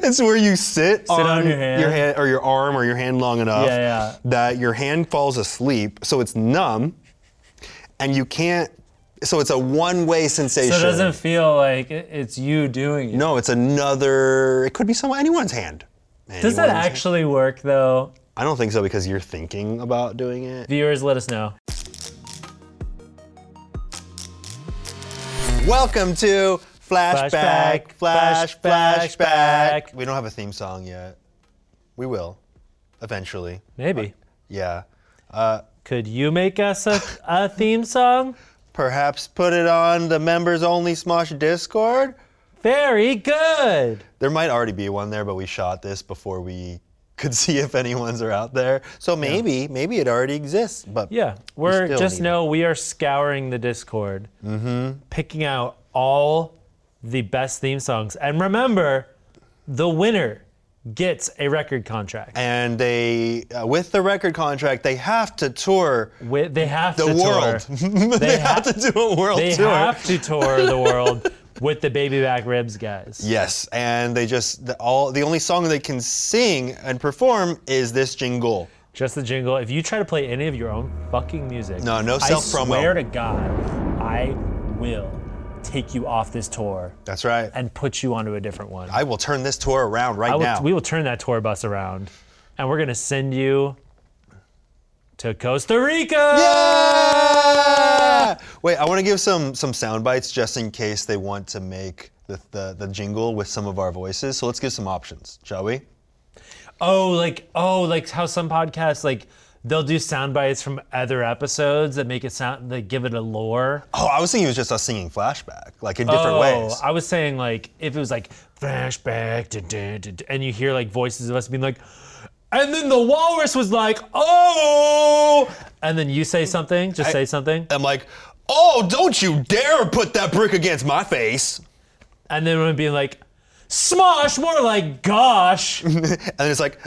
It's where you sit, sit on your hand. or your arm or your hand long enough Yeah, yeah. that your hand falls asleep, so it's numb, and you can't. So it's a one-way sensation. So it doesn't feel like it- it's you doing it. no, it's another. It could be someone, anyone's hand. Does that Anyone's- actually work though? I don't think so because you're thinking about doing it. Viewers, let us know. Welcome to Flashback, Flashback, Flash, Flashback. Flashback. We don't have a theme song yet. We will, eventually. Maybe. Yeah. Could you make us a, a theme song? Perhaps put it on the members only Smosh Discord? Very good. There might already be one there, but we shot this before we could see if anyone's are out there. So maybe, maybe it already exists. But Yeah, we we're still just need Mm-hmm. know we are scouring the Discord, picking out all the best theme songs, and remember, the winner gets a record contract. And they, uh, with the record contract, they have to tour Wi- they have the to world. tour. they, have, ha- to do a world They tour. have to tour the world with the baby back ribs guys. Yes, and they just the, all the only song they can sing and perform is this jingle. Just the jingle. If you try to play any of your own fucking music, No, no self-promo. I swear to God, I will take you off this tour That's right. and put you onto a different one. I will turn this tour around right I will- now. we will turn that tour bus around, and we're gonna send you to Costa Rica. Yeah! Wait, I want to give some some sound bites just in case they want to make the, the the jingle with some of our voices. So let's give some options, shall we? Oh, like oh, like how some podcasts like they'll do sound bites from other episodes that make it sound like give it a lore. Oh, I was thinking it was just us singing flashback, like in different oh, ways. I was saying like if it was like flashback, dun, dun, dun, dun, and you hear like voices of us being like, and then the walrus was like, oh, and then you say something, just say something, I'm like, oh, don't you dare put that brick against my face. and then we'd be like, smosh, more like gosh, And it's like,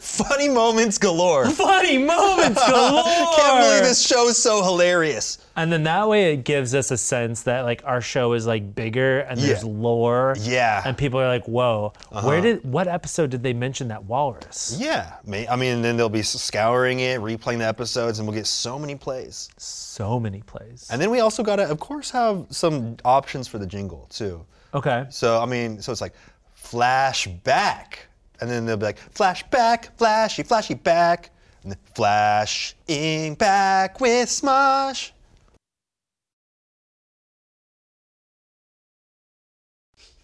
funny moments galore. funny moments galore. Can't believe this show is so hilarious. And then that way it gives us a sense that like our show is like bigger and there's Yeah. lore. Yeah. Uh-huh. And people are like, whoa, where did what episode did they mention that walrus? Yeah, may, I mean, then they'll be scouring it, replaying the episodes, and we'll get so many plays. So many plays. And then we also gotta, of course, have some options for the jingle too. Okay. So I mean, so it's like flashback, and then they'll be like flashback, flashy, flashy back, and then flashing back with Smosh.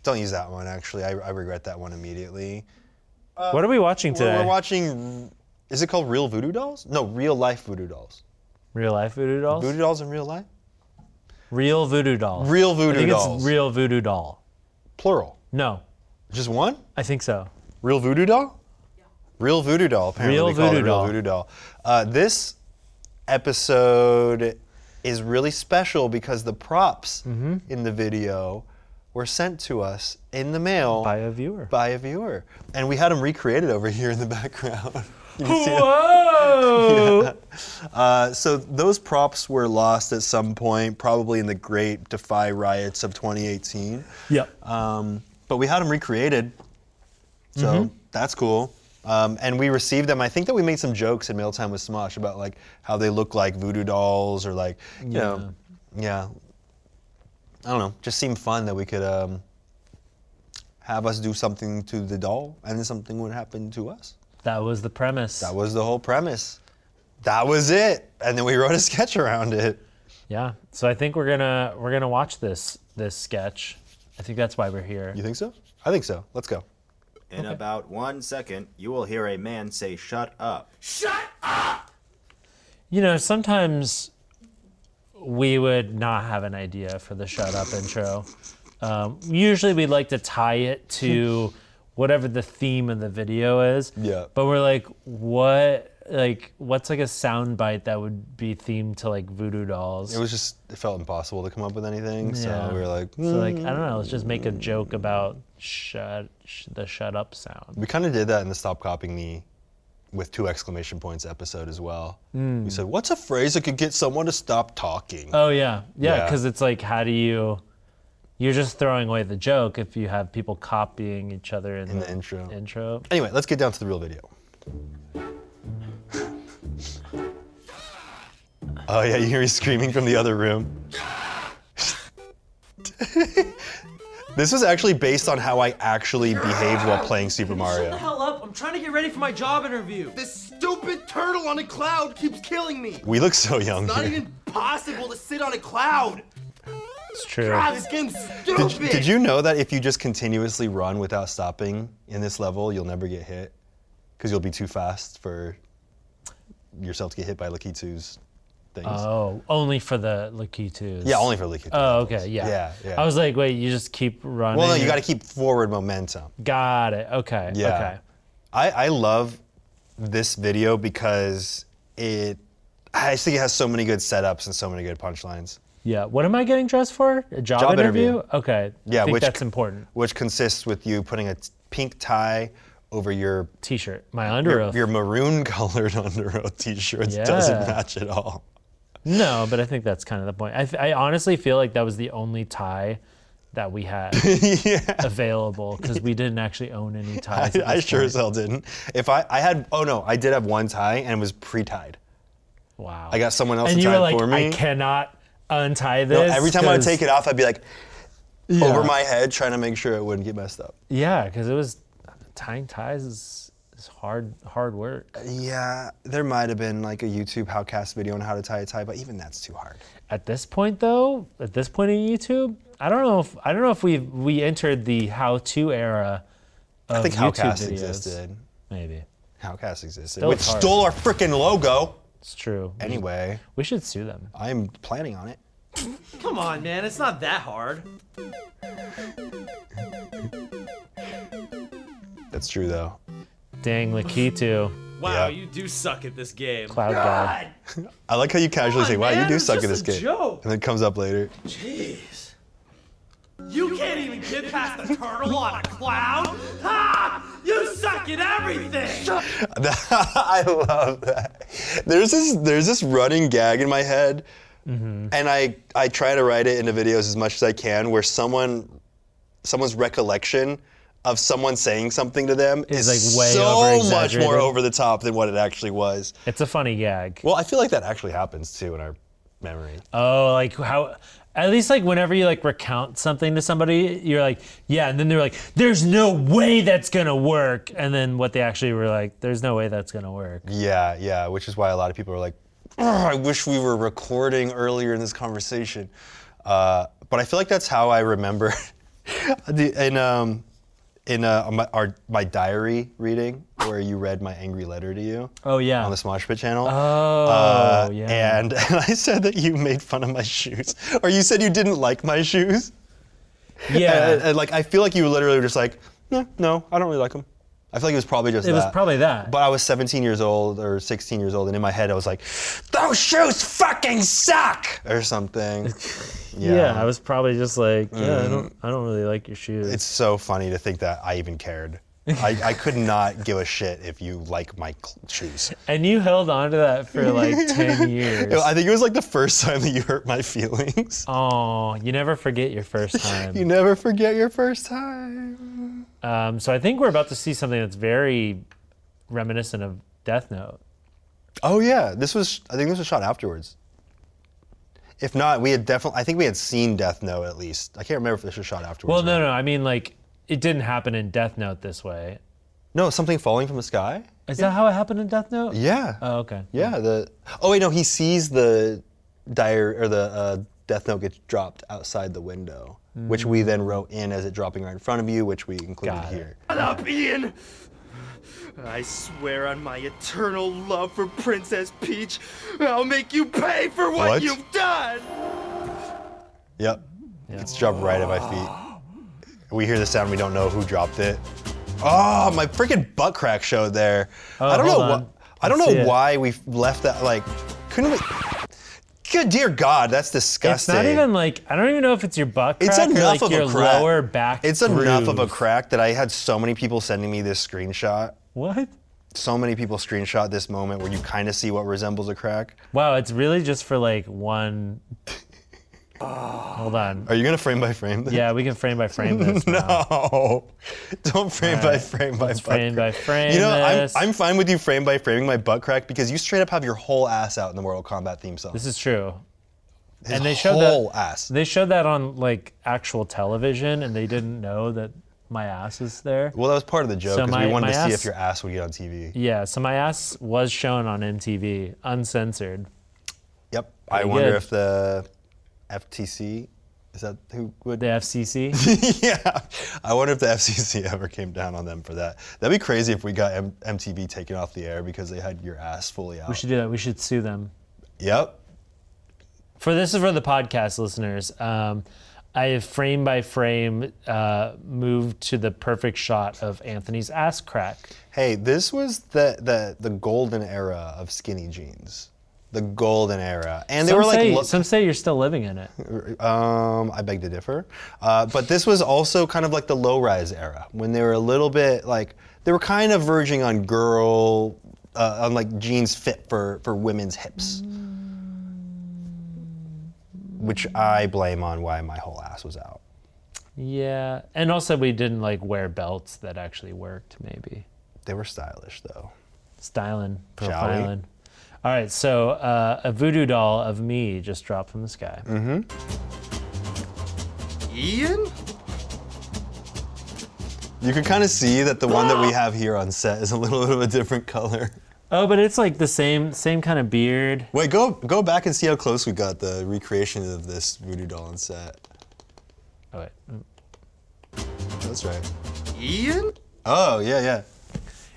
Don't use that one. Actually, I, I regret that one immediately. what are we watching We're- today? We're watching. Is it called Real Voodoo Dolls? No, Real Life Voodoo Dolls. real life voodoo dolls? Voodoo Dolls in real life? Real voodoo doll. Real I Voodoo think Dolls. it's real voodoo doll. plural. No, Just one? I think so. Real Voodoo Doll? Real Voodoo Doll. Apparently, Real they call it Voodoo Real Doll. Voodoo Doll. Uh, this episode is really special because the props Mm-hmm. in the video were sent to us in the mail By a viewer. by a viewer, and we had them recreated over here in the background. You can see it. Whoa! Uh, so those props were lost at some point, probably in the Great Defy riots of 2018. Yep. Um, but we had them recreated, so that's cool. Um, and we received them. I think that we made some jokes in Mail Time with Smosh about like how they look like voodoo dolls or like you know, yeah. I don't know. Just seemed fun that we could um, have us do something to the doll, and then something would happen to us. that was the premise. That was the whole premise. That was it. And then we wrote a sketch around it. yeah. So I think we're gonna we're gonna watch this this sketch. I think that's why we're here. You think so? I think so. Let's go. In about one second, you will hear a man say, Shut up. You know, sometimes we would not have an idea for the shut up intro. Um, usually we'd like to tie it to whatever the theme of the video is. Yeah. But we're like, what? Like, what's like a sound bite that would be themed to like voodoo dolls? It was just, it felt impossible to come up with anything. Yeah. So we were like, so like, I don't know. Let's just make a joke about shut sh- the shut up sound. we kind of did that in the Stop Copying Me with two exclamation points episode as well. We said, what's Uh, a phrase that could get someone to stop talking? Oh yeah, yeah. Yeah. Because it's like, how do you? You're just throwing away the joke if you have people copying each other in, the intro. Intro. Anyway, let's get down to the real video. oh yeah, you hear me screaming from the other room. this was actually based on how I actually behaved while playing Super Shut the Mario. hell up! I'm trying to get ready for my job interview. This stupid turtle on a cloud keeps killing me. We look so young. Not here. even possible to sit on a cloud. It's true. God, this game's Did- stupid. Did, you know that if you just continuously run without stopping in this level, you'll never get hit? Because you'll be too fast for yourself to get hit by Lakitu's things. Oh, only for the Lakitus. yeah, only for Lakitu. Oh, okay. Yeah. Yeah, yeah. I was like, wait, you just keep running. well, no, you got to keep forward momentum. Got it. Okay. Yeah. Okay. I, I love this video because it, I just think it has so many good setups and so many good punchlines. Yeah. What am I getting dressed for? A job, Job interview? interview. Okay. Yeah, I think which- that's important. Which consists with you putting a t- pink tie over your T-shirt. My under your, oath. your maroon colored under oath t-shirt that doesn't Yeah. match at all. No, but I think that's kind of the point. I, th- I honestly feel like that was the only tie that we had available because we didn't actually own any ties. I, at I this sure point. as hell didn't. If I, I had, oh no, I did have one tie and it was pre-tied. Wow. I got someone else and to you tie were it like, for me. I cannot untie No, this. every time I would 'cause- take it off, I'd be like Yeah. over my head, trying to make sure it wouldn't get messed up. Yeah, because it was tying ties is, is hard hard work. Yeah, there might have been like a YouTube Howcast video on how to tie a tie, but even that's too hard. At this point though, at this point in YouTube, I don't know if I don't know if we we entered the how to era of I think YouTube Howcast videos. existed. Maybe. Howcast existed, That which was hard. stole our freaking logo. It's true. Anyway, We should sue them. I'm planning on it. Come on, man, it's not that hard. That's true though. Dang Lakitu. Wow, Yeah. you do suck at this game. Cloud guy. I like how you casually on, say, "Wow, man, you do it's suck just at this a game," joke. and then it comes up later. Jeez. You can't even get past the turtle on a cloud. Ha! You suck at everything. I love that. There's this there's this running gag in my head, and I I try to write it into videos as much as I can, where someone someone's recollection of someone saying something to them Is, is, like, way so much more over-exaggerated. over the top than what it actually was. It's a funny gag. Well, I feel like that actually happens too in our memory. Oh, like how at least like whenever you like recount something to somebody, you're like, yeah, and then they're like, there's no way that's gonna work. And then what they actually were like, there's no way that's gonna work. Yeah, yeah, which is why a lot of people are like, "Ugh, I wish we were recording earlier in this conversation. Uh, but I feel like that's how I remember. the, in um, in uh, my, our, my diary reading, where you read my angry letter to you Oh yeah. on the Smosh Pit channel. oh Uh, yeah. and, and I said that you made fun of my shoes, or you said you didn't like my shoes. yeah. And, and, like I feel like you literally were just like, no, no, I don't really like them. I feel like it was probably just it that. was probably that. But I was 17 years old or 16 years old, and in my head I was like, "Those shoes fucking suck" or something. yeah. I was probably just like, yeah, I don't, I don't really like your shoes. Mm. It's so funny to think that I even cared. I, I could not give a shit if you like my cl- shoes. and you held on to that for like ten years. I think it was like the first time that you hurt my feelings. Oh, you never forget your first time. You never forget your first time. um, so I think we're about to see something that's very reminiscent of Death Note. Oh yeah, this was. I think this was shot afterwards. If not, we had definitely. I think we had seen Death Note at least. I can't remember if this was shot afterwards. Well, or no, no. I mean, like, it didn't happen in Death Note this way. No, something falling from the sky. Is that how it happened in Death Note? Yeah. Oh, okay. Yeah, the oh wait no, he sees the diary or the uh, death note get dropped outside the window, which we then wrote in as it dropping right in front of you, which we included Hmm. Got it. here. Shut up, Ian. I swear on my eternal love for Princess Peach, I'll make you pay for what, What? you've done. Yep, it's dropped right at my feet. We hear the sound, we don't know who dropped it. Oh, my freaking butt crack showed there. I don't Oh, hold know. on. wh- I don't Let's see know it. why we left that. Like, couldn't we? Good dear God, that's It's disgusting. not even like I don't even know if it's your butt crack It's or enough like of your a crack. lower back. It's enough of a groove. crack that I had so many people sending me this screenshot. What? So many people screenshot this moment where you kind of see what resembles a crack. Wow, it's really just for like one Ah. Hold on. Are you gonna frame by frame? This? Yeah, we can frame by frame this. now. No, don't frame by Alright, frame by let's butt frame crack. by frame You know, I'm, this. I'm fine with you frame by framing my butt crack because you straight up have your whole ass out in the Mortal Kombat theme song. This is true. His and they showed that- whole ass. They showed that on like actual television, and they didn't know that my ass is there. Well, that was part of the joke So because my- we wanted my to see ass- if your ass would get on TV. Yeah, so my ass was shown on MTV, uncensored. Yep. I Pretty wonder good. if the FTC is that who would. The FCC. yeah. I wonder if the FCC ever came down on them for that. That'd be crazy if we got M- MTV taken off the air because they had your ass fully out. we should do that. We should sue them. Yep. For this is for the podcast listeners. Um, I have frame by frame uh, moved to the perfect shot of Anthony's ass crack. Hey, this was the the the golden era of skinny jeans. The golden era, and they Some were like. say, lo- some say you're still living in it. Um, I beg to differ. Uh, but this was also kind of like the low rise era when they were a little bit like, they were kind of verging on girl, uh, on like jeans fit for, for women's hips. Which I blame on why my whole ass was out. Yeah, and also we didn't like wear belts that actually worked. Maybe They were stylish though. styling, we? profiling. All right, so uh, a voodoo doll of me just dropped from the sky. Mm-hmm. Ian? You can kind of see that the one that we have here on set is a little bit of a different color. Oh, but it's like the same same kind of beard. Wait, go go back and see how close we got the recreation of this voodoo doll on set. Oh wait, That's right. Ian? Oh yeah, yeah.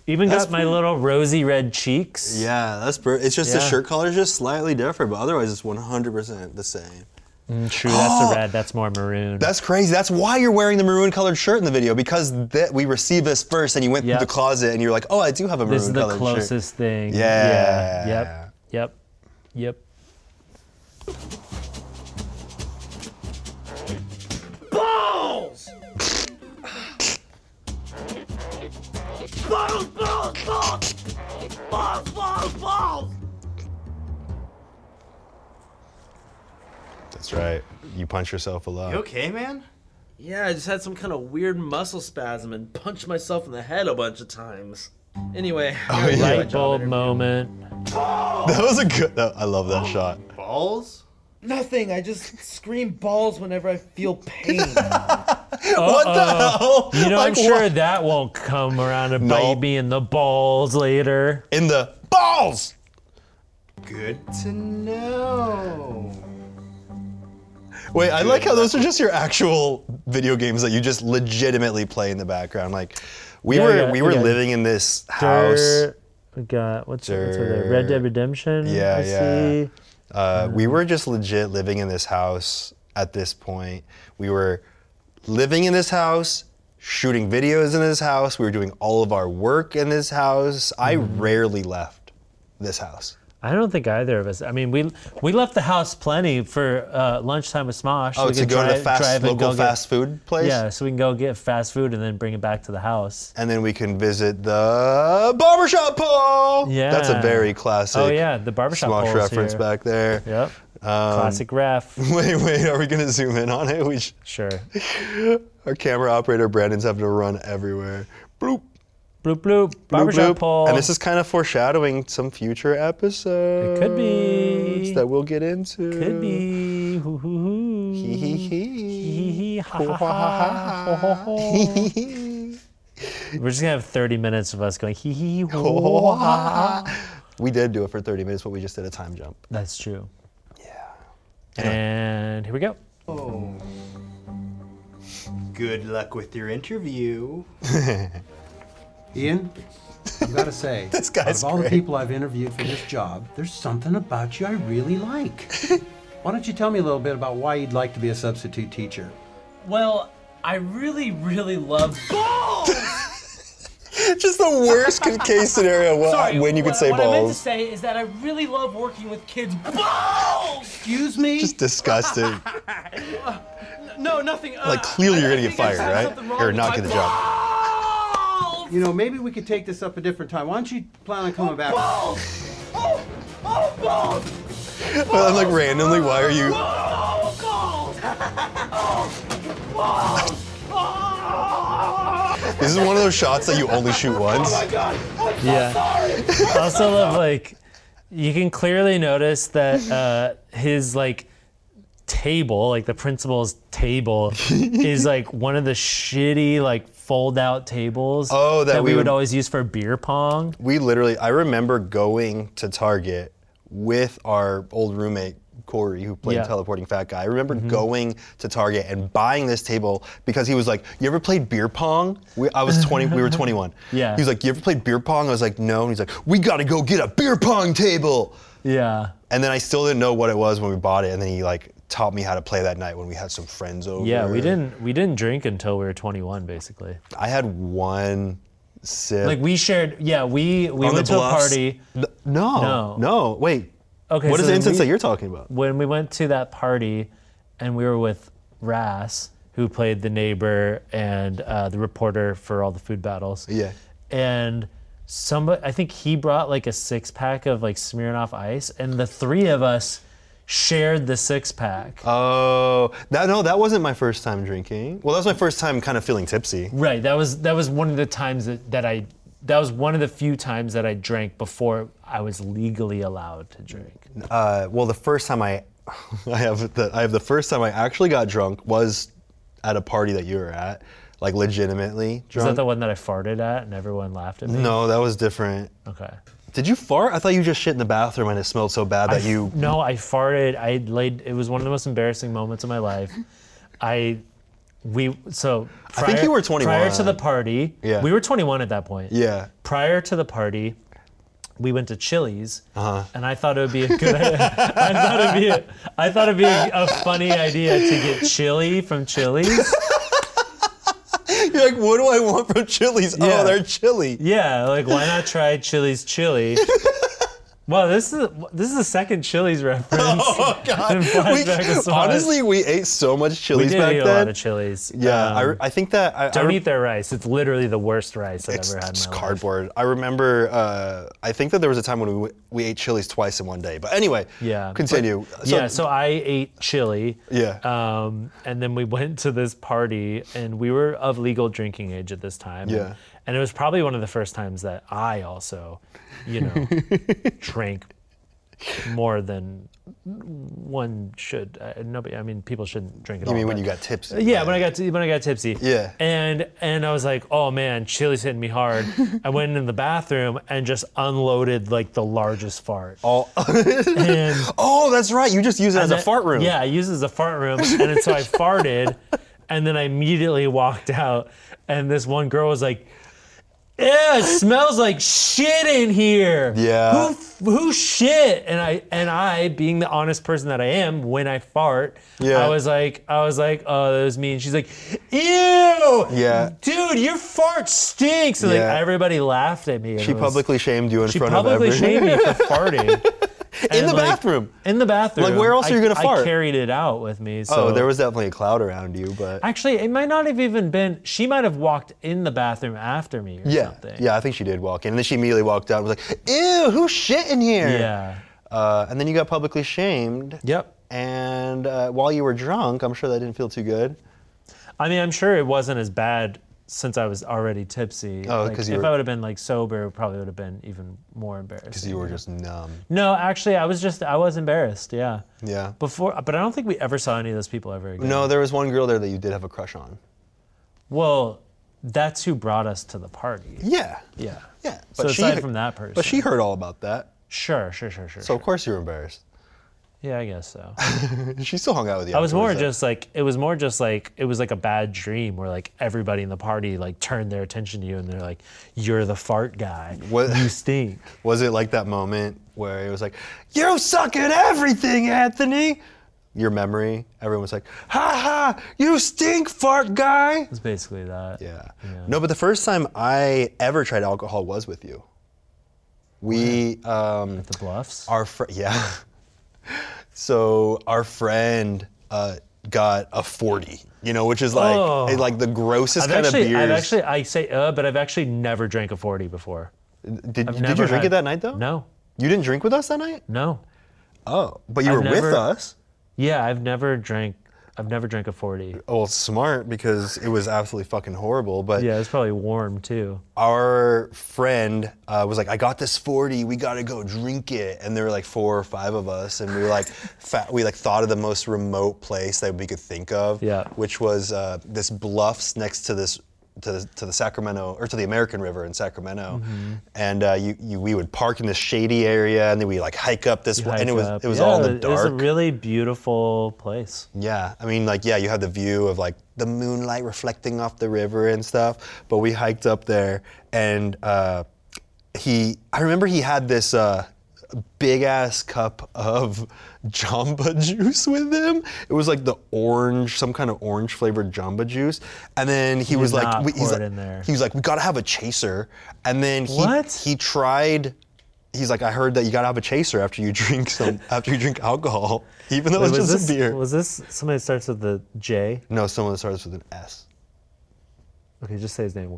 even That's got my little rosy red cheeks. Yeah, that's br- it's just the Yeah. shirt color is just slightly different, but otherwise it's 100% the same. Mm, True, that's Oh! a red. That's more maroon. That's crazy. That's why you're wearing the maroon colored shirt in the video because that we received this first and you went Yep. through the closet and you were like, "Oh, I do have a maroon this is the colored shirt." closest thing. Yeah. Yep. Yep. Yep. Balls! balls, balls, balls! Balls, balls, balls! That's right. You punch yourself a lot. You okay, man? Yeah, I just had some kind of weird muscle spasm and punched myself in the head a bunch of times. Anyway, I gotta yeah. do my Light job bulb interview. moment. That was a good that- I love that shot. Balls? Nothing. I just scream balls whenever I feel pain. What the hell? You know, I'm Like, sure what- that won't come around and No. bite me in the balls later. in the balls. Good to know. Wait, I like how those are just your actual video games that you just legitimately play in the background. Like we Yeah, were yeah, we were yeah. living in this house. Dirt. We got what's, what's over there? Red Dead Redemption. Yeah, I yeah. See. Uh, we were just legit living in this house at this point. We were living in this house, shooting videos in this house. We were doing all of our work in this house. I Mm-hmm. rarely left this house. I don't think either of us. I mean, we we left the house plenty for uh, lunchtime with Smosh. Oh, we to could go to drive- the fast drive and local go get- fast food place. Yeah, so we can go get fast food and then bring it back to the house. And then we can visit the barbershop pole. That's a Yeah. very classic. Oh yeah, the barbershop Smosh pole's reference here. back Um, there. Yep. Classic ref. Wait, wait. Are we gonna zoom in on it? We sh- Sure. our camera operator Brandon's having to run everywhere. Bloop. Bloop bloop. Barbershop Bloop, bloop. pole. And this is kind of foreshadowing some future episodes. could be. That we'll get into. could be. Hoo, hoo, hoo. Hee hee hee. Hee hee, ha, Ho, ha, ha, ha, ho, ha, ho, ho. Hee hee. We're just gonna have 30 minutes of us going hee hee. ho, ho, Ho, ho, ho, ha. ha, ha. We did do it for 30 minutes, but we just did a time jump. That's true. Yeah. And here we go. Good luck with your interview. Ian, I've got to say, This guy's out of all great. the people I've interviewed for this job, there's something about you I really like. Why don't you tell me a little bit about why you'd like to be a substitute teacher? well, I really, really love. Just the worst con- case scenario wh- Sorry, when you could what, say what I meant to balls. say is that I really love working with kids. Excuse me? Just disgusting. No, nothing. Uh, like, clearly you're going to get think I fired, said something right? wrong Or with not my get the job. balls! you know, maybe we could take this up a different time. Why don't you plan on coming back? Oh, balls! But I'm like, randomly, why are you. Oh, balls! This is one of those shots that you only shoot once. Yeah. also, love like you can clearly notice that uh, his like table, like the principal's table, is like one of the shitty like fold out tables. Oh, that we, we would, would- always use for beer pong. we literally, I remember going to Target with our old roommate. Corey, who played Yeah. Mm-hmm. teleporting fat guy, I remember going to Target and buying this table because he was like, "You ever played beer pong?" We, I was 20, we were 21. Yeah. He's like, "You ever played beer pong?" I was like, "No," and he's like, "We got to go get a beer pong table." Yeah. And then I still didn't know what it was when we bought it, and then he like taught me how to play that night when we had some friends over. Yeah, we didn't we didn't drink until we were 21, basically. I had one sip. Like we shared. Yeah, we we On the went to a bluffs? party. N- no, No. no, Wait. Okay, What is so the then instance we- that you're talking about? when we went to that party and we were with Ras, who played the neighbor and uh, the reporter for all the food battles. Yeah. And somebody, I think he brought like a six pack of like Smirnoff Ice, and the three of us shared the six pack. Oh, that no, that wasn't my first time drinking. Well, that was my first time kind of feeling tipsy. right. That was that was one of the times that, that I. That was one of the few times that I drank before I was legally allowed to drink. Uh, well, the first time I, I have the I have the first time I actually got drunk was at a party that you were at, like legitimately Is that drunk. the one that I farted at and everyone laughed at me? no, that was different. Okay. Did you fart? I thought you just shit in the bathroom and it smelled so bad that I f- you. No, I farted. I laid. It was one of the most embarrassing moments of my life. I, we so. Prior, think you were Prior to 21. the party, Yeah. we were 21 at that point. Yeah. Prior to the party, we went to Chili's, Uh-huh. and I thought it would be a good. I thought it'd be. A, I thought it'd be a, a funny idea to get chili from Chili's. You're like, what do I want from Chili's? Yeah. Oh, they're chili. Yeah, like why not try Chili's chili? Wow, this is this is the second Chili's reference. Oh God! And flashback to We, Smosh. honestly, we ate so much we chilies did back eat a then. lot of Chili's. yeah, Um, I, re- I think that I, I Don't re- eat their rice. It's literally the worst rice I've it's ever had in just my life. cardboard. I remember. Uh, I think that there was a time when we w- we ate chilies twice in one day. But anyway, Yeah. Continue. But- yeah, so I ate chili. Yeah. Um, and then we went to this party, and we were of legal drinking age at this time. Yeah. And it was probably one of the first times that I also, you know, drank more than one should. Uh, nobody. I mean, people shouldn't drink at all. I mean, when but- you got tips. uh, Yeah, when I got t- when I got tipsy. Yeah. And and I was like, oh man, chili's hitting me hard. I went in the bathroom and just unloaded like the largest fart. all. And oh, that's right. You just use it as a then- fart room. Yeah, I used it as a fart room, and then- so I farted, and then I immediately walked out, and this one girl was like. Yeah, it smells like shit in here. Yeah. Who f- who shit? And I and I, being the honest person that I am, when I fart, Yeah. I was like, I was like, oh, that was me. And she's like, ew. Yeah. Dude, your fart stinks. And Yeah. like everybody laughed at me. and She it was- publicly shamed you in she front publicly of shamed everyone. me for farting In And, the like, bathroom. In the bathroom. Like, where else I- are you gonna I fart? carried it out with me. So Oh, there was definitely a cloud around you, but actually it might not have even been. She might have walked in the bathroom after me or yeah, something. yeah, I think she did walk in, and then she immediately walked out and was like, "Ew, who's shit in here?" Yeah. Uh, and then you got publicly shamed. Yep. And uh, while you were drunk, I'm sure that didn't feel too good. I mean, I'm sure it wasn't as bad since I was already tipsy. Oh, Like, 'cause you if were- I would have been like sober, it probably would have been even more embarrassing. You were just numb. No, actually, I was just I was embarrassed. Yeah. Yeah. Before, but I don't think we ever saw any of those people ever again. No, there was one girl there that you did have a crush on. Well, that's who brought us to the party. Yeah. Yeah. Yeah. So aside from that person. But she heard all about that. Sure, sure, sure, sure. So So, of course you were embarrassed. yeah, I guess so. She still hung out with you. I was more afterwards, just like it was more just like it was like a bad dream where like everybody in the party like turned their attention to you and they're like, "You're the fart guy. What- You stink." though. Was it like that moment where it was like, "You suck at everything, Anthony." Your memory. Everyone was like, "Ha ha! You stink, fart guy." It's basically that. Yeah. No, but the first time I ever tried alcohol was with you. We um, The bluffs. our friend yeah so our friend uh, got a 40 you know which is like Oh. like the grossest I've kind of actually, beers I've actually, I say, uh, but I've actually never drank a forty before. did, I've did never you drink had- it that night though No, you didn't drink with us that night no. oh but you I've were never- with us Yeah, I've never drank I've never drank a 40. Well, smart because it was absolutely fucking horrible. But Yeah, it's probably warm too. our friend uh, was like, "I got this 40. We gotta go drink it." And there were like four or five of us, and we were like, fa- we like thought of the most remote place that we could think of, Yeah. which was uh, this bluffs next to this. To the, to the Sacramento or to the American River in Sacramento, Mm-hmm. and uh, you, you we would park in this shady area, and then we like hike up this, one, and it was Hike up. it was all in Yeah, the dark. It's a really beautiful place. Yeah, I mean, like, yeah, you have the view of like the moonlight reflecting off the river and stuff. But we hiked up there, and uh, he, I remember he had this uh, big ass cup of Jamba juice with him. It was like the orange, some kind of orange flavored Jamba juice. And then he, was did like, not we- he's pour like, it in there. he was like, we gotta have a chaser. And then he, What? he tried. He's like, I heard that you gotta have a chaser after you drink some after you drink alcohol, even though Wait, it's was just this a beer. was this somebody that starts with the J? No, someone that starts with an S. Okay, just say his name.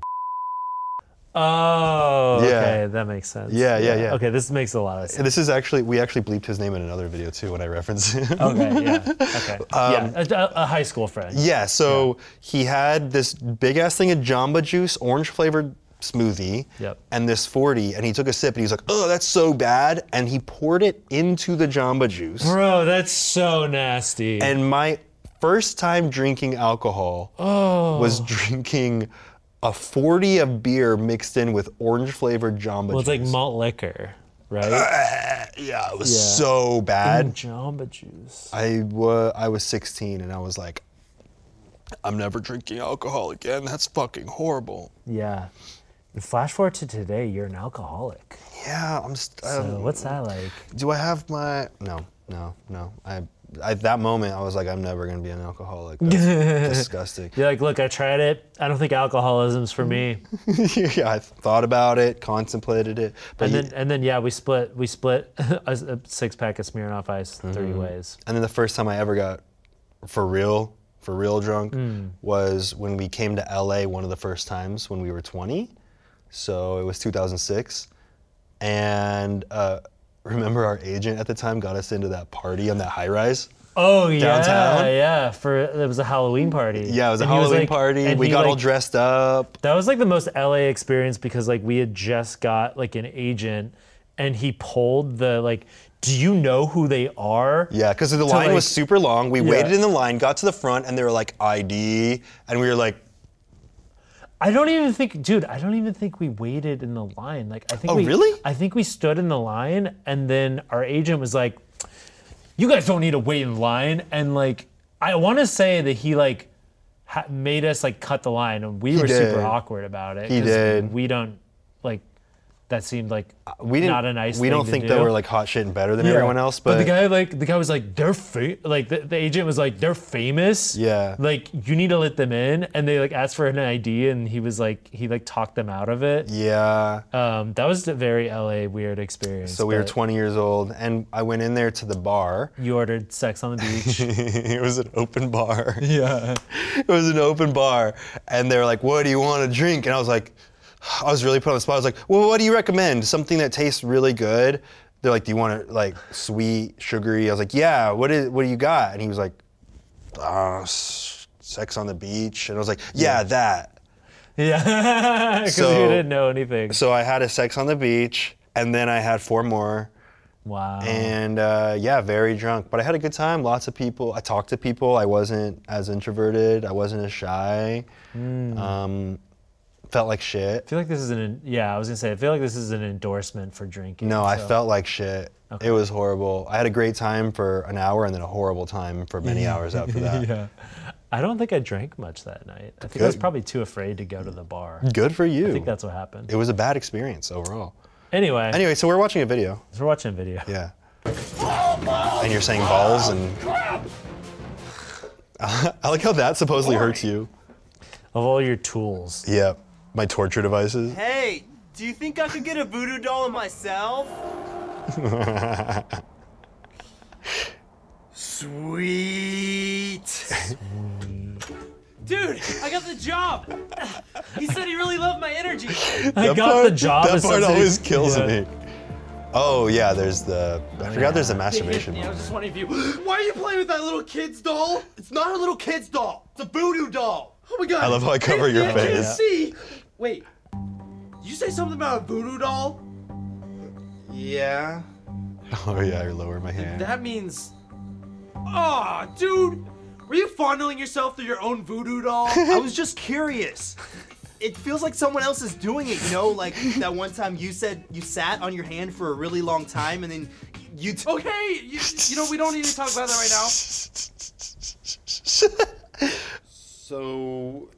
Oh, Yeah. okay, that makes sense. Yeah, yeah, yeah. Okay, this makes a lot of sense. And this is actually, we actually bleeped his name in another video too when I reference him. Okay, yeah, okay, Um, yeah. A, a- a high school friend. Yeah, so he had this big ass thing of Jamba juice, orange flavored smoothie, Yep. and this 40, and he took a sip and he was like, oh, that's so bad. And he poured it into the Jamba juice. Bro, that's so nasty. And my first time drinking alcohol Oh. was drinking a 40 of beer mixed in with orange flavored Jamba well, juice. it's like malt liquor, right? yeah, it was Yeah. so bad. Jamba juice. I was I was 16 and I was like, I'm never drinking alcohol again. That's fucking horrible. Yeah. Flash forward to today, you're an alcoholic. Yeah, I'm. St- I So don't- what's that like? do I have my? No, no, no. I at that moment I was like, I'm never gonna be an alcoholic. That's disgusting. You're like, look, I tried it. I don't think alcoholism's for mm. me. yeah, I thought about it, contemplated it, but And ye- then, and then, yeah, we split. We split a, a six pack of Smirnoff Ice Mm-hmm. three ways. And then the first time I ever got for real, for real drunk Hmm. was when we came to LA one of the first times when we were 20. So it was 2006. And uh, remember, our agent at the time got us into that party on that high rise. Oh yeah, Downtown? yeah. For it was a Halloween party. Yeah, it was a And he Halloween like- party. and We he, got all like- dressed up. That was like the most LA experience because like we had just got like an agent, and he pulled the like, do you know who they are? Yeah, because the line like- was super long. We waited in the line, got to the front, and they were like, ID. And we were like, I don't even think, dude. I don't even think we waited in the line. Like, I think Oh, we, really? I think we stood in the line, and then our agent was like, "You guys don't need to wait in line." And like, I want to say that he like ha- made us like cut the line, and we were did. super awkward about it. He 'cause did. We don't like that seemed like we didn't. not a nice. We thing don't to think do. that we're like hot shit and better than everyone else, but, the guy like the guy was like they're fa-, like the, the agent was like they're famous. Yeah. Like you need to let them in, and they like asked for an ID, and he was like he like talked them out of it. yeah. Um, that was a very LA weird experience. So we were but 20 years old, and I went in there to the bar. You ordered sex on the beach. it was an open bar. yeah. It was an open bar, and they're like, "What do you want to drink?" And I was like, I was really put on the spot. I was like, "Well, what do you recommend? Something that tastes really good." They're like, "Do you want it like sweet, sugary?" I was like, "Yeah." What is? What do you got? And he was like, uh, s- "Sex on the beach." And I was like, "Yeah, that." Yeah. Because So- you didn't know anything. So I had a sex on the beach, and then I had four more. Wow. and uh, yeah, very drunk. But I had a good time. Lots of people. I talked to people. I wasn't as introverted. I wasn't as shy. Hmm. Um, felt like I shit. feel like this is an yeah. I was gonna say I feel like this is an endorsement for drinking. No, I so- felt like shit. It was horrible. I had a great time for an hour, and then a horrible time for many hours after that. Yeah. I don't think I drank much that night. I think I was Good. probably too afraid to go to the bar. Good for you. I think that's what happened. it was a bad experience overall. Anyway, Anyway, so we're watching a video. we're watching a video. Yeah. And you're saying balls and. I like how that supposedly hurts you. Of all your tools. Yeah. My torture devices. Hey, do you think I could get a voodoo doll of myself? Sweet. Dude, I got the job. he said he really loved my energy. I got the job. That part associated- always kills Yeah. me. Oh yeah, there's the. Oh, I forgot there's a masturbation. I was moment. just wondering if you. Why are you playing with that little kid's doll? It's not a little kid's doll. It's a voodoo doll. Oh my god! I love how I cover They- your they can't face. see. Wait, did you say something about a voodoo doll? Yeah. Oh yeah, I lower my hand. That means Aw, dude, were you fondling yourself through your own voodoo doll? I was just curious. It feels like someone else is doing it, you know, like that one time you said you sat on your hand for a really long time and then you t- okay, you, you know we don't need to talk about that right now. So,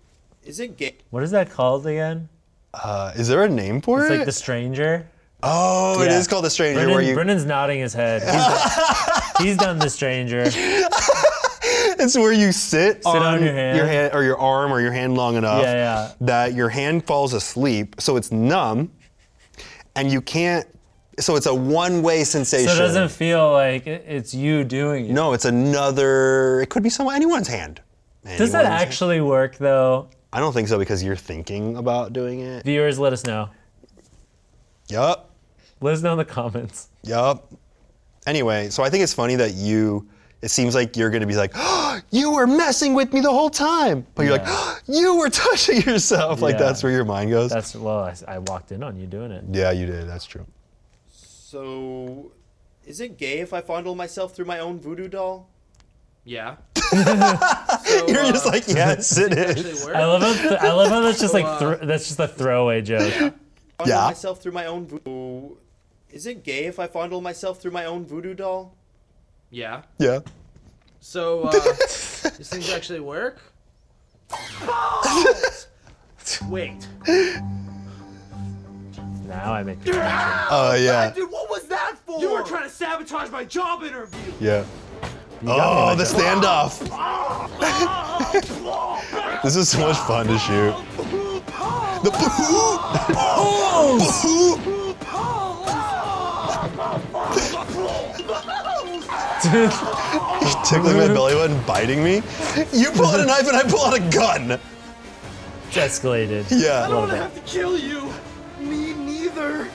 is it gay? What is that called again? Uh, is there a name for It's it? like the stranger. oh, it Yeah. is called the stranger. Brennan, Eh. where you, Brennan's nodding his head. He's done, he's done the stranger. it's where you sit, on, on your hand. or your arm or your hand long enough Yeah, yeah. that your hand falls asleep, so it's numb, and you can't. So it's a one-way sensation. So it doesn't feel like it- it's you doing it. no, it's another. It could be someone, anyone's hand. Does that Anyone's hand. actually work though? I don't think so because you're thinking about doing it. Viewers, let us know. Yup. Let us know in the comments. Yup. Anyway, so I think it's funny that you. It seems like you're gonna be like, you were messing with me the whole time, but you're like, Yeah. you were touching yourself. Like Yeah. that's where your mind goes. That's well, I, I walked in on you doing it. yeah, you did. That's true. So is it gay if I fondle myself through my own voodoo doll? yeah. You're just like, yes, it They is. work. I love how th- I love how that's just like thr that's just a throwaway joke. Fondle Yeah. myself through my own voodoo. Is it gay if I fondle myself through my own voodoo doll? Yeah. Yeah. So uh, these things actually work. Wait. Now I make. People Oh yeah. Dude, what was that for? You were trying to sabotage my job interview. Yeah. Oh, like the that. standoff. this is so much fun to shoot. The Bahoo! Tickling my belly button, biting me. You pull out a knife and I pull out a gun. escalated. Yeah. Love it. have to kill you. Me neither.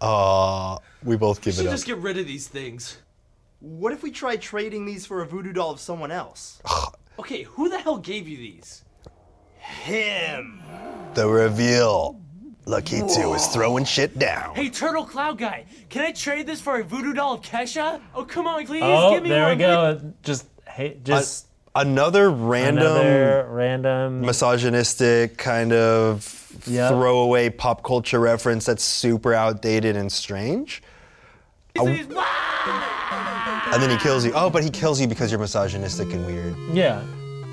Aw, we both give it You up. just get rid of these things. What if we try trading these for a voodoo doll of someone else? Okay, who the hell gave you these? Him. The reveal. Lucky two is throwing shit down. Hey, Turtle Cloud Guy, can I trade this for a voodoo doll of Kesha? Oh, come on, please, Oh, give me there we one. go. Just hey, just Another random another random. misogynistic kind of Yeah. throwaway pop culture reference that's super outdated and strange. Please, Ah! please, And then he kills you. Oh, but he kills you because you're misogynistic and weird. yeah.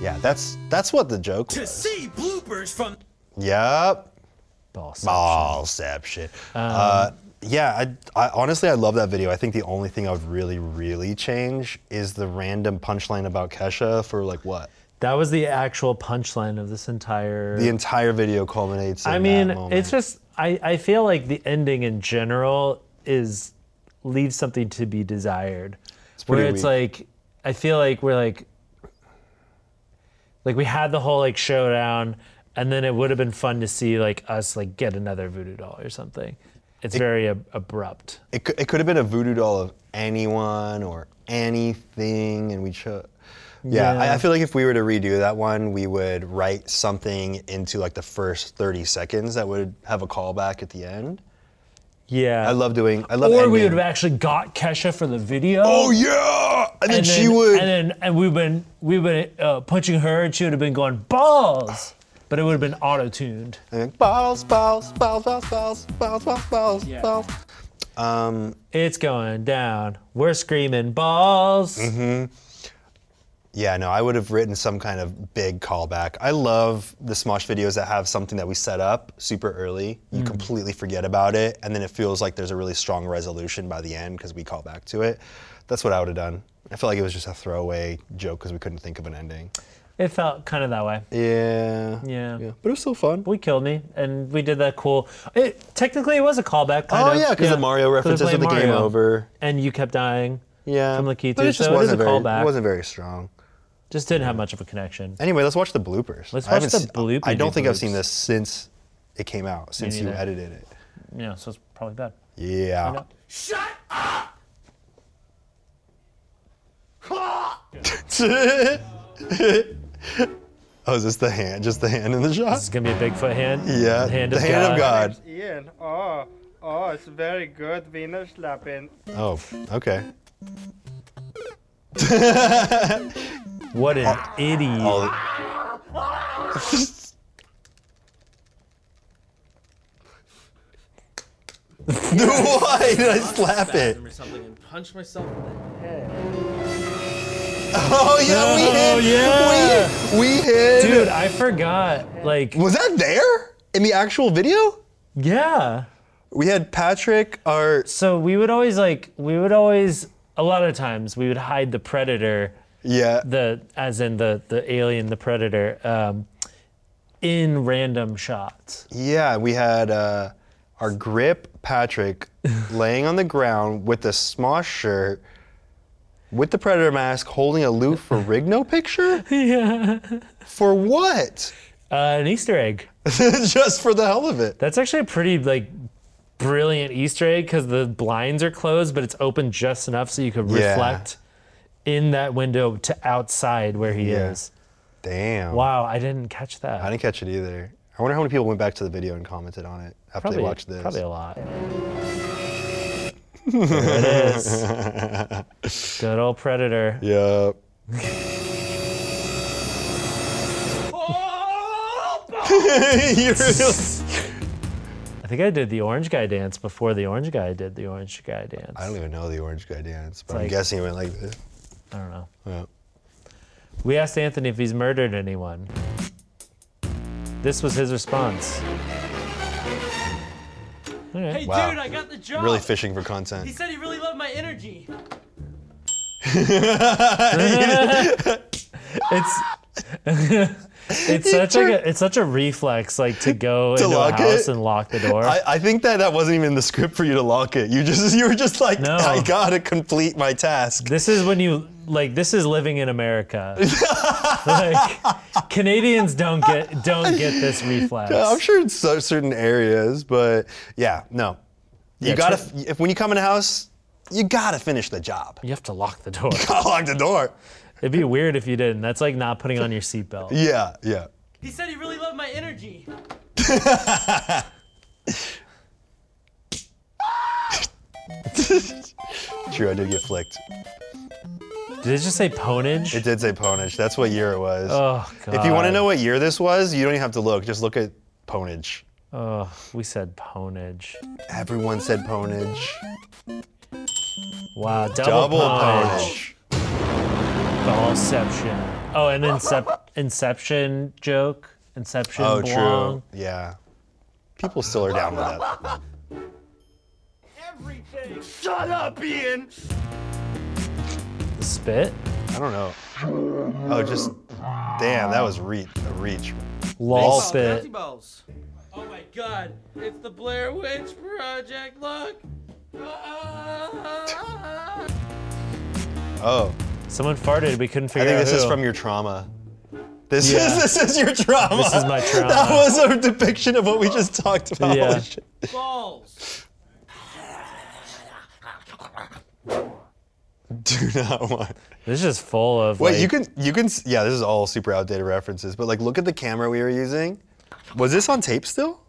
Yeah, that's that's what the joke was. See bloopers from. Yep. Boss. Ballception. Um, uh, yeah, I, I honestly I love that video. I think the only thing I would really, really change is the random punchline about Kesha for like what? That was the actual punchline of this entire. The entire video culminates. In I mean, that moment. it's just I, I feel like the ending in general is leaves something to be desired. where pretty it's weak. like I feel like we're like like we had the whole like showdown and then it would have been fun to see like us like get another voodoo doll or something. It's very ab- abrupt. It could, it could have been a voodoo doll of anyone or anything, and we chose. Yeah, I, Yeah. I feel like if we were to redo that one, we would write something into like the first 30 seconds that would have a callback at the end. Yeah. I love doing. I love. or we would ending. have actually got Kesha for the video. Oh yeah, and then, and she then- would. And then and we've been we've been uh, punching her, and she would have been going balls, but it would have been auto tuned. and then, balls, balls, balls, balls, balls, balls, balls, balls, balls. It's going down. We're screaming balls. Mm-hmm. Yeah, no, I would have written some kind of big callback. I love the Smosh videos that have something that we set up super early. Mm. You completely forget about it, and then it feels like there's a really strong resolution by the end because we call back to it. That's what I would have done. I feel like it was just a throwaway joke because we couldn't think of an ending. It felt kind of that way. Yeah. Yeah. Yeah. But it was still fun. We killed me, and we did that cool. It technically it was a callback. Kind oh, of. yeah, because the Mario 'Cause we references to played the game Mario, over. and you kept dying. Yeah. From Lakitu, But it so just it is wasn't a very, callback. It wasn't very strong. Just didn't have much of a connection. Anyway, let's watch the bloopers. Let's I haven't watch the se- bloopy I don't think I've seen this bloops. since it came out since you neither. edited it. Yeah, so it's probably bad. Yeah. Shut up! oh, is this the hand? Just the hand in the It's shot? gonna be a Bigfoot hand. Yeah. hand the of hand of God. God. Ian, oh, oh, it's very good wiener slapping. Oh, okay. What an idiot. Oh. Why did I slap it? bathroom or something and punch myself in the Oh yeah, we Oh, hid. yeah. We, we hid. Dude, I forgot. Like, was that there in the actual video? yeah. We had Patrick, our So we would always like we would always a lot of times we would hide the predator yeah. the as in the the alien the predator um, in random shots. Yeah, we had uh, our grip Patrick laying on the ground with a smosh shirt, with the predator mask, holding a Lou Ferrigno picture. Yeah. For what? Uh, an Easter egg. Just for the hell of it. That's actually a pretty like brilliant Easter egg because the blinds are closed, but it's open just enough so you could Yeah. reflect in that window to outside where he Yeah. is. Damn. Wow, I didn't catch that. I didn't catch it either. I wonder how many people went back to the video and commented on it after they watched this. Probably a lot. there it is. Good old predator. Yeah. you really- I think I did the orange guy dance before the orange guy did the orange guy dance. I don't even know the orange guy dance, but I'm like- guessing it went like this. I don't know. Yeah. We asked Anthony if he's murdered anyone. This was his response. All right. Hey, Wow. dude, I got the job. Really fishing for He content. said he really loved my energy. It's it's such like a, it's such a reflex like to go into a lock it? house and lock the door. I, I think that that wasn't even in the script for you to lock it. You just you were just like, No. I gotta complete my task. This is when you like. This is living in America. like Canadians don't get don't get this reflex. I'm sure in so, certain areas, but yeah, no. You Yeah, gotta check- f- if when you come in a house, you gotta finish the job. You have to lock the door. Gotta lock the door. It'd be weird if you didn't. That's like not putting on your seatbelt. Yeah, yeah. He said he really loved my energy. True, I did get flicked. Did it just say ponage? It did say Ponage. That's what year it was. oh god. if you want to know what year this was, you don't even have to look. Just look at Ponage. oh, we said ponage. Everyone said Ponage. Wow, double, Double ponage. Ponage. Ballception. Oh, and incep- inception joke. Inception. Oh, belong. true. Yeah. People still are down with that. Shut up, Ian. The spit. I don't know. Oh, just damn, that was reach. A reach. Lol balls, bouncy spit. balls. Oh my god, it's the Blair Witch Project. Look. ah, Ah. Oh, Someone farted. We couldn't I figure think out this is who. from your trauma. This Yeah. is this is your trauma. This is my trauma. That was a depiction of what we just talked about. Yeah. Holy shit. balls. Do not want. This is just full of. Wait, like, you can you can s- yeah, this is all super outdated references, but like look at the camera we were using. Was this on tape still?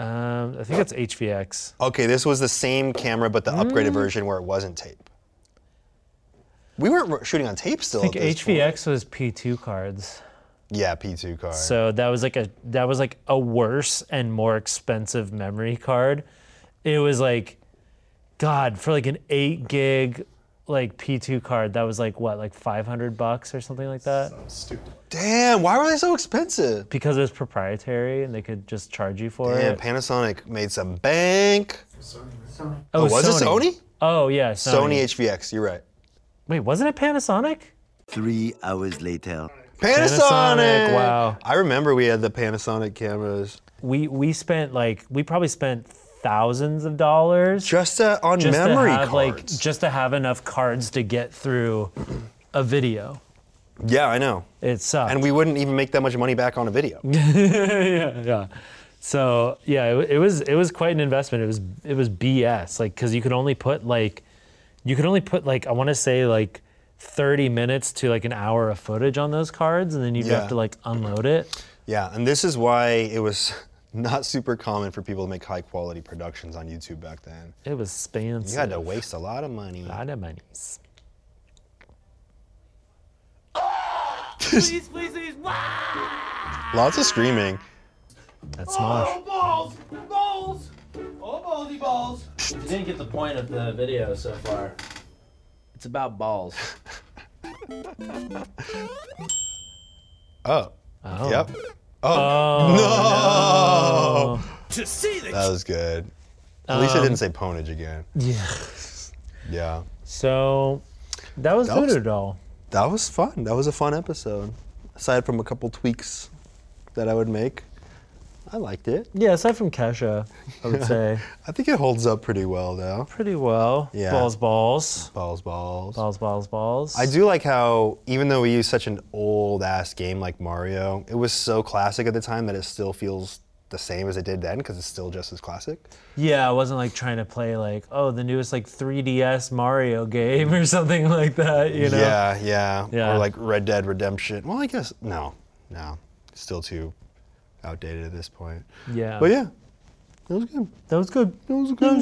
Um, I think it's HVX. Okay, this was the same camera but the upgraded Mm. version where it wasn't tape. We weren't ro- shooting on tape still. I think at Oh, this point. HVX was P2 cards. Yeah, P2 card. So that was like a that was like a worse and more expensive memory card. It was like, God, for like an eight gig like P2 card, that was like what, like five hundred bucks or something like that? Damn, why were they so expensive? Because it was proprietary and they could just charge you for Damn, it. Panasonic made some bank. oh, was it Sony? Oh yeah, Sony Sony. HVX, you're right. Wait, wasn't it Panasonic? Three hours later. Panasonic! Panasonic, wow. I remember we had the Panasonic cameras. We we spent like we probably spent thousands of dollars. Just uh, on just memory to have like cards. just to have enough cards to get through a video. yeah, I know. It sucked. And we wouldn't even make that much money back on a video. yeah, yeah. So yeah, it, wa- it was it was quite an investment. It was it was BS like because you could only put like you could only put like I want to say like. 30 minutes to like an hour of footage on those cards and then you'd Yeah. have to like unload it Yeah, and this is why it was not super common for people to make high quality productions on YouTube back then. it was expensive You had to waste a lot of money. lot of monies Please, please, please. Wow! Lots of screaming. that's Smosh. Oh, balls! Balls! Oh, baldy balls! You didn't get the point of the video so far. It's about balls. Oh. Oh. Yep. Oh. Um, To see the That was good. At least I didn't say ponage again. Yeah. Yeah. So that was That was- Voodoo Doll. That was fun. That was a fun episode. Aside from a couple tweaks that I would make, I liked it. Yeah, aside from Kesha, I would say I think it holds up pretty well, though. pretty well. Yeah. Balls, balls, Balls, balls. balls, balls, balls. I do like how, even though we use such an old ass game like Mario, it was so classic at the time that it still feels the same as it did then because it's still just as classic. Yeah, I wasn't like trying to play like oh the newest like 3DS Mario game or something like that. You know. Yeah, yeah, Yeah. Or like Red Dead Redemption. Well, I guess, no, no. It's still too outdated at this point. Yeah. But yeah, that was good. That was good. That was good.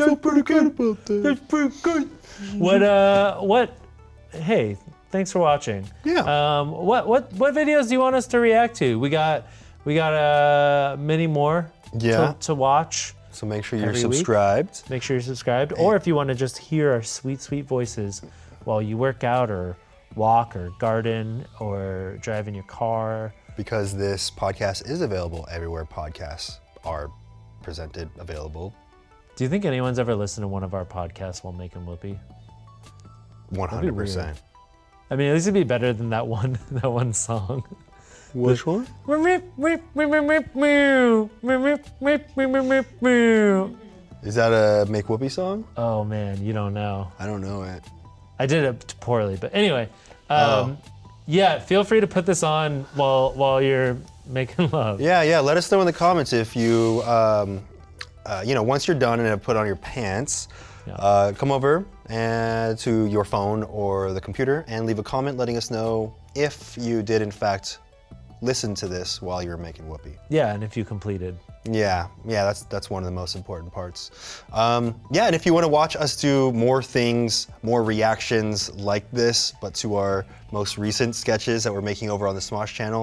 I feel pretty good about that. pretty good. What uh what? Hey, thanks for watching. Yeah. Um, what what what videos do you want us to react to? We got we got uh many more. Yeah. To, to watch. So make sure you're Every week? subscribed. Make sure you're subscribed. Or if you want to just hear our sweet, sweet voices while you work out or walk or garden or drive in your car. because this podcast is available everywhere podcasts are presented available Do you think anyone's ever listened to one of our podcasts while making whoopee? 100% I mean, at least it'd be better than that one that one song. which one Oh is that a make whoopee song Uh, man, you don't know. i don't know it I did it poorly, but anyway. Um, Yeah, feel free to put this on while while you're making love. yeah yeah let us know in the comments if you um, uh, you know once you're done and have put on your pants uh, come over and to your phone or the computer and leave a comment letting us know if you did in fact listen to this while you were making whoopee Yeah, and if you completed. Yeah, yeah, that's that's one of the most important parts. Um, yeah, and if you want to watch us do more things, more reactions like this, but to our most recent sketches that we're making over on the Smosh channel,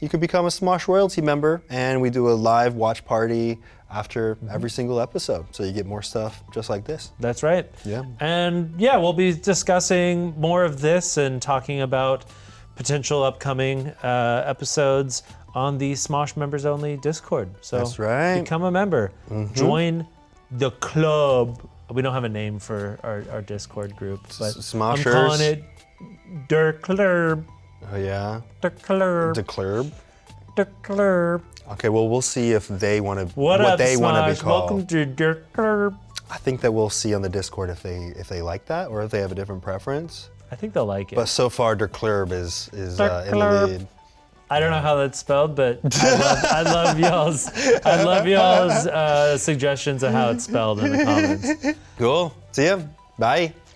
you can become a Smosh royalty member, and we do a live watch party after Mm-hmm. every single episode, so you get more stuff just like this. That's right. Yeah. And yeah, we'll be discussing more of this and talking about potential upcoming uh, episodes on the Smosh Members Only Discord. So That's right. Mm-hmm. Become a member. Join the club. We don't have a name for our, our Discord group, but I'm Smoshers. calling it Der Club. Oh yeah, Der Club. the club. Der Club. Okay, well we'll see if they want to What, up, they want to be Smosh? called. Welcome to Der Club. I think that we'll see on the Discord if they if they like that or if they have a different preference. I think they'll like it. But so far, Der Club is is Der uh, in the Club. lead. I don't know how that's spelled, but I love, I love y'all's I love y'all's uh, suggestions of how it's spelled in the comments. Cool. See ya. Bye.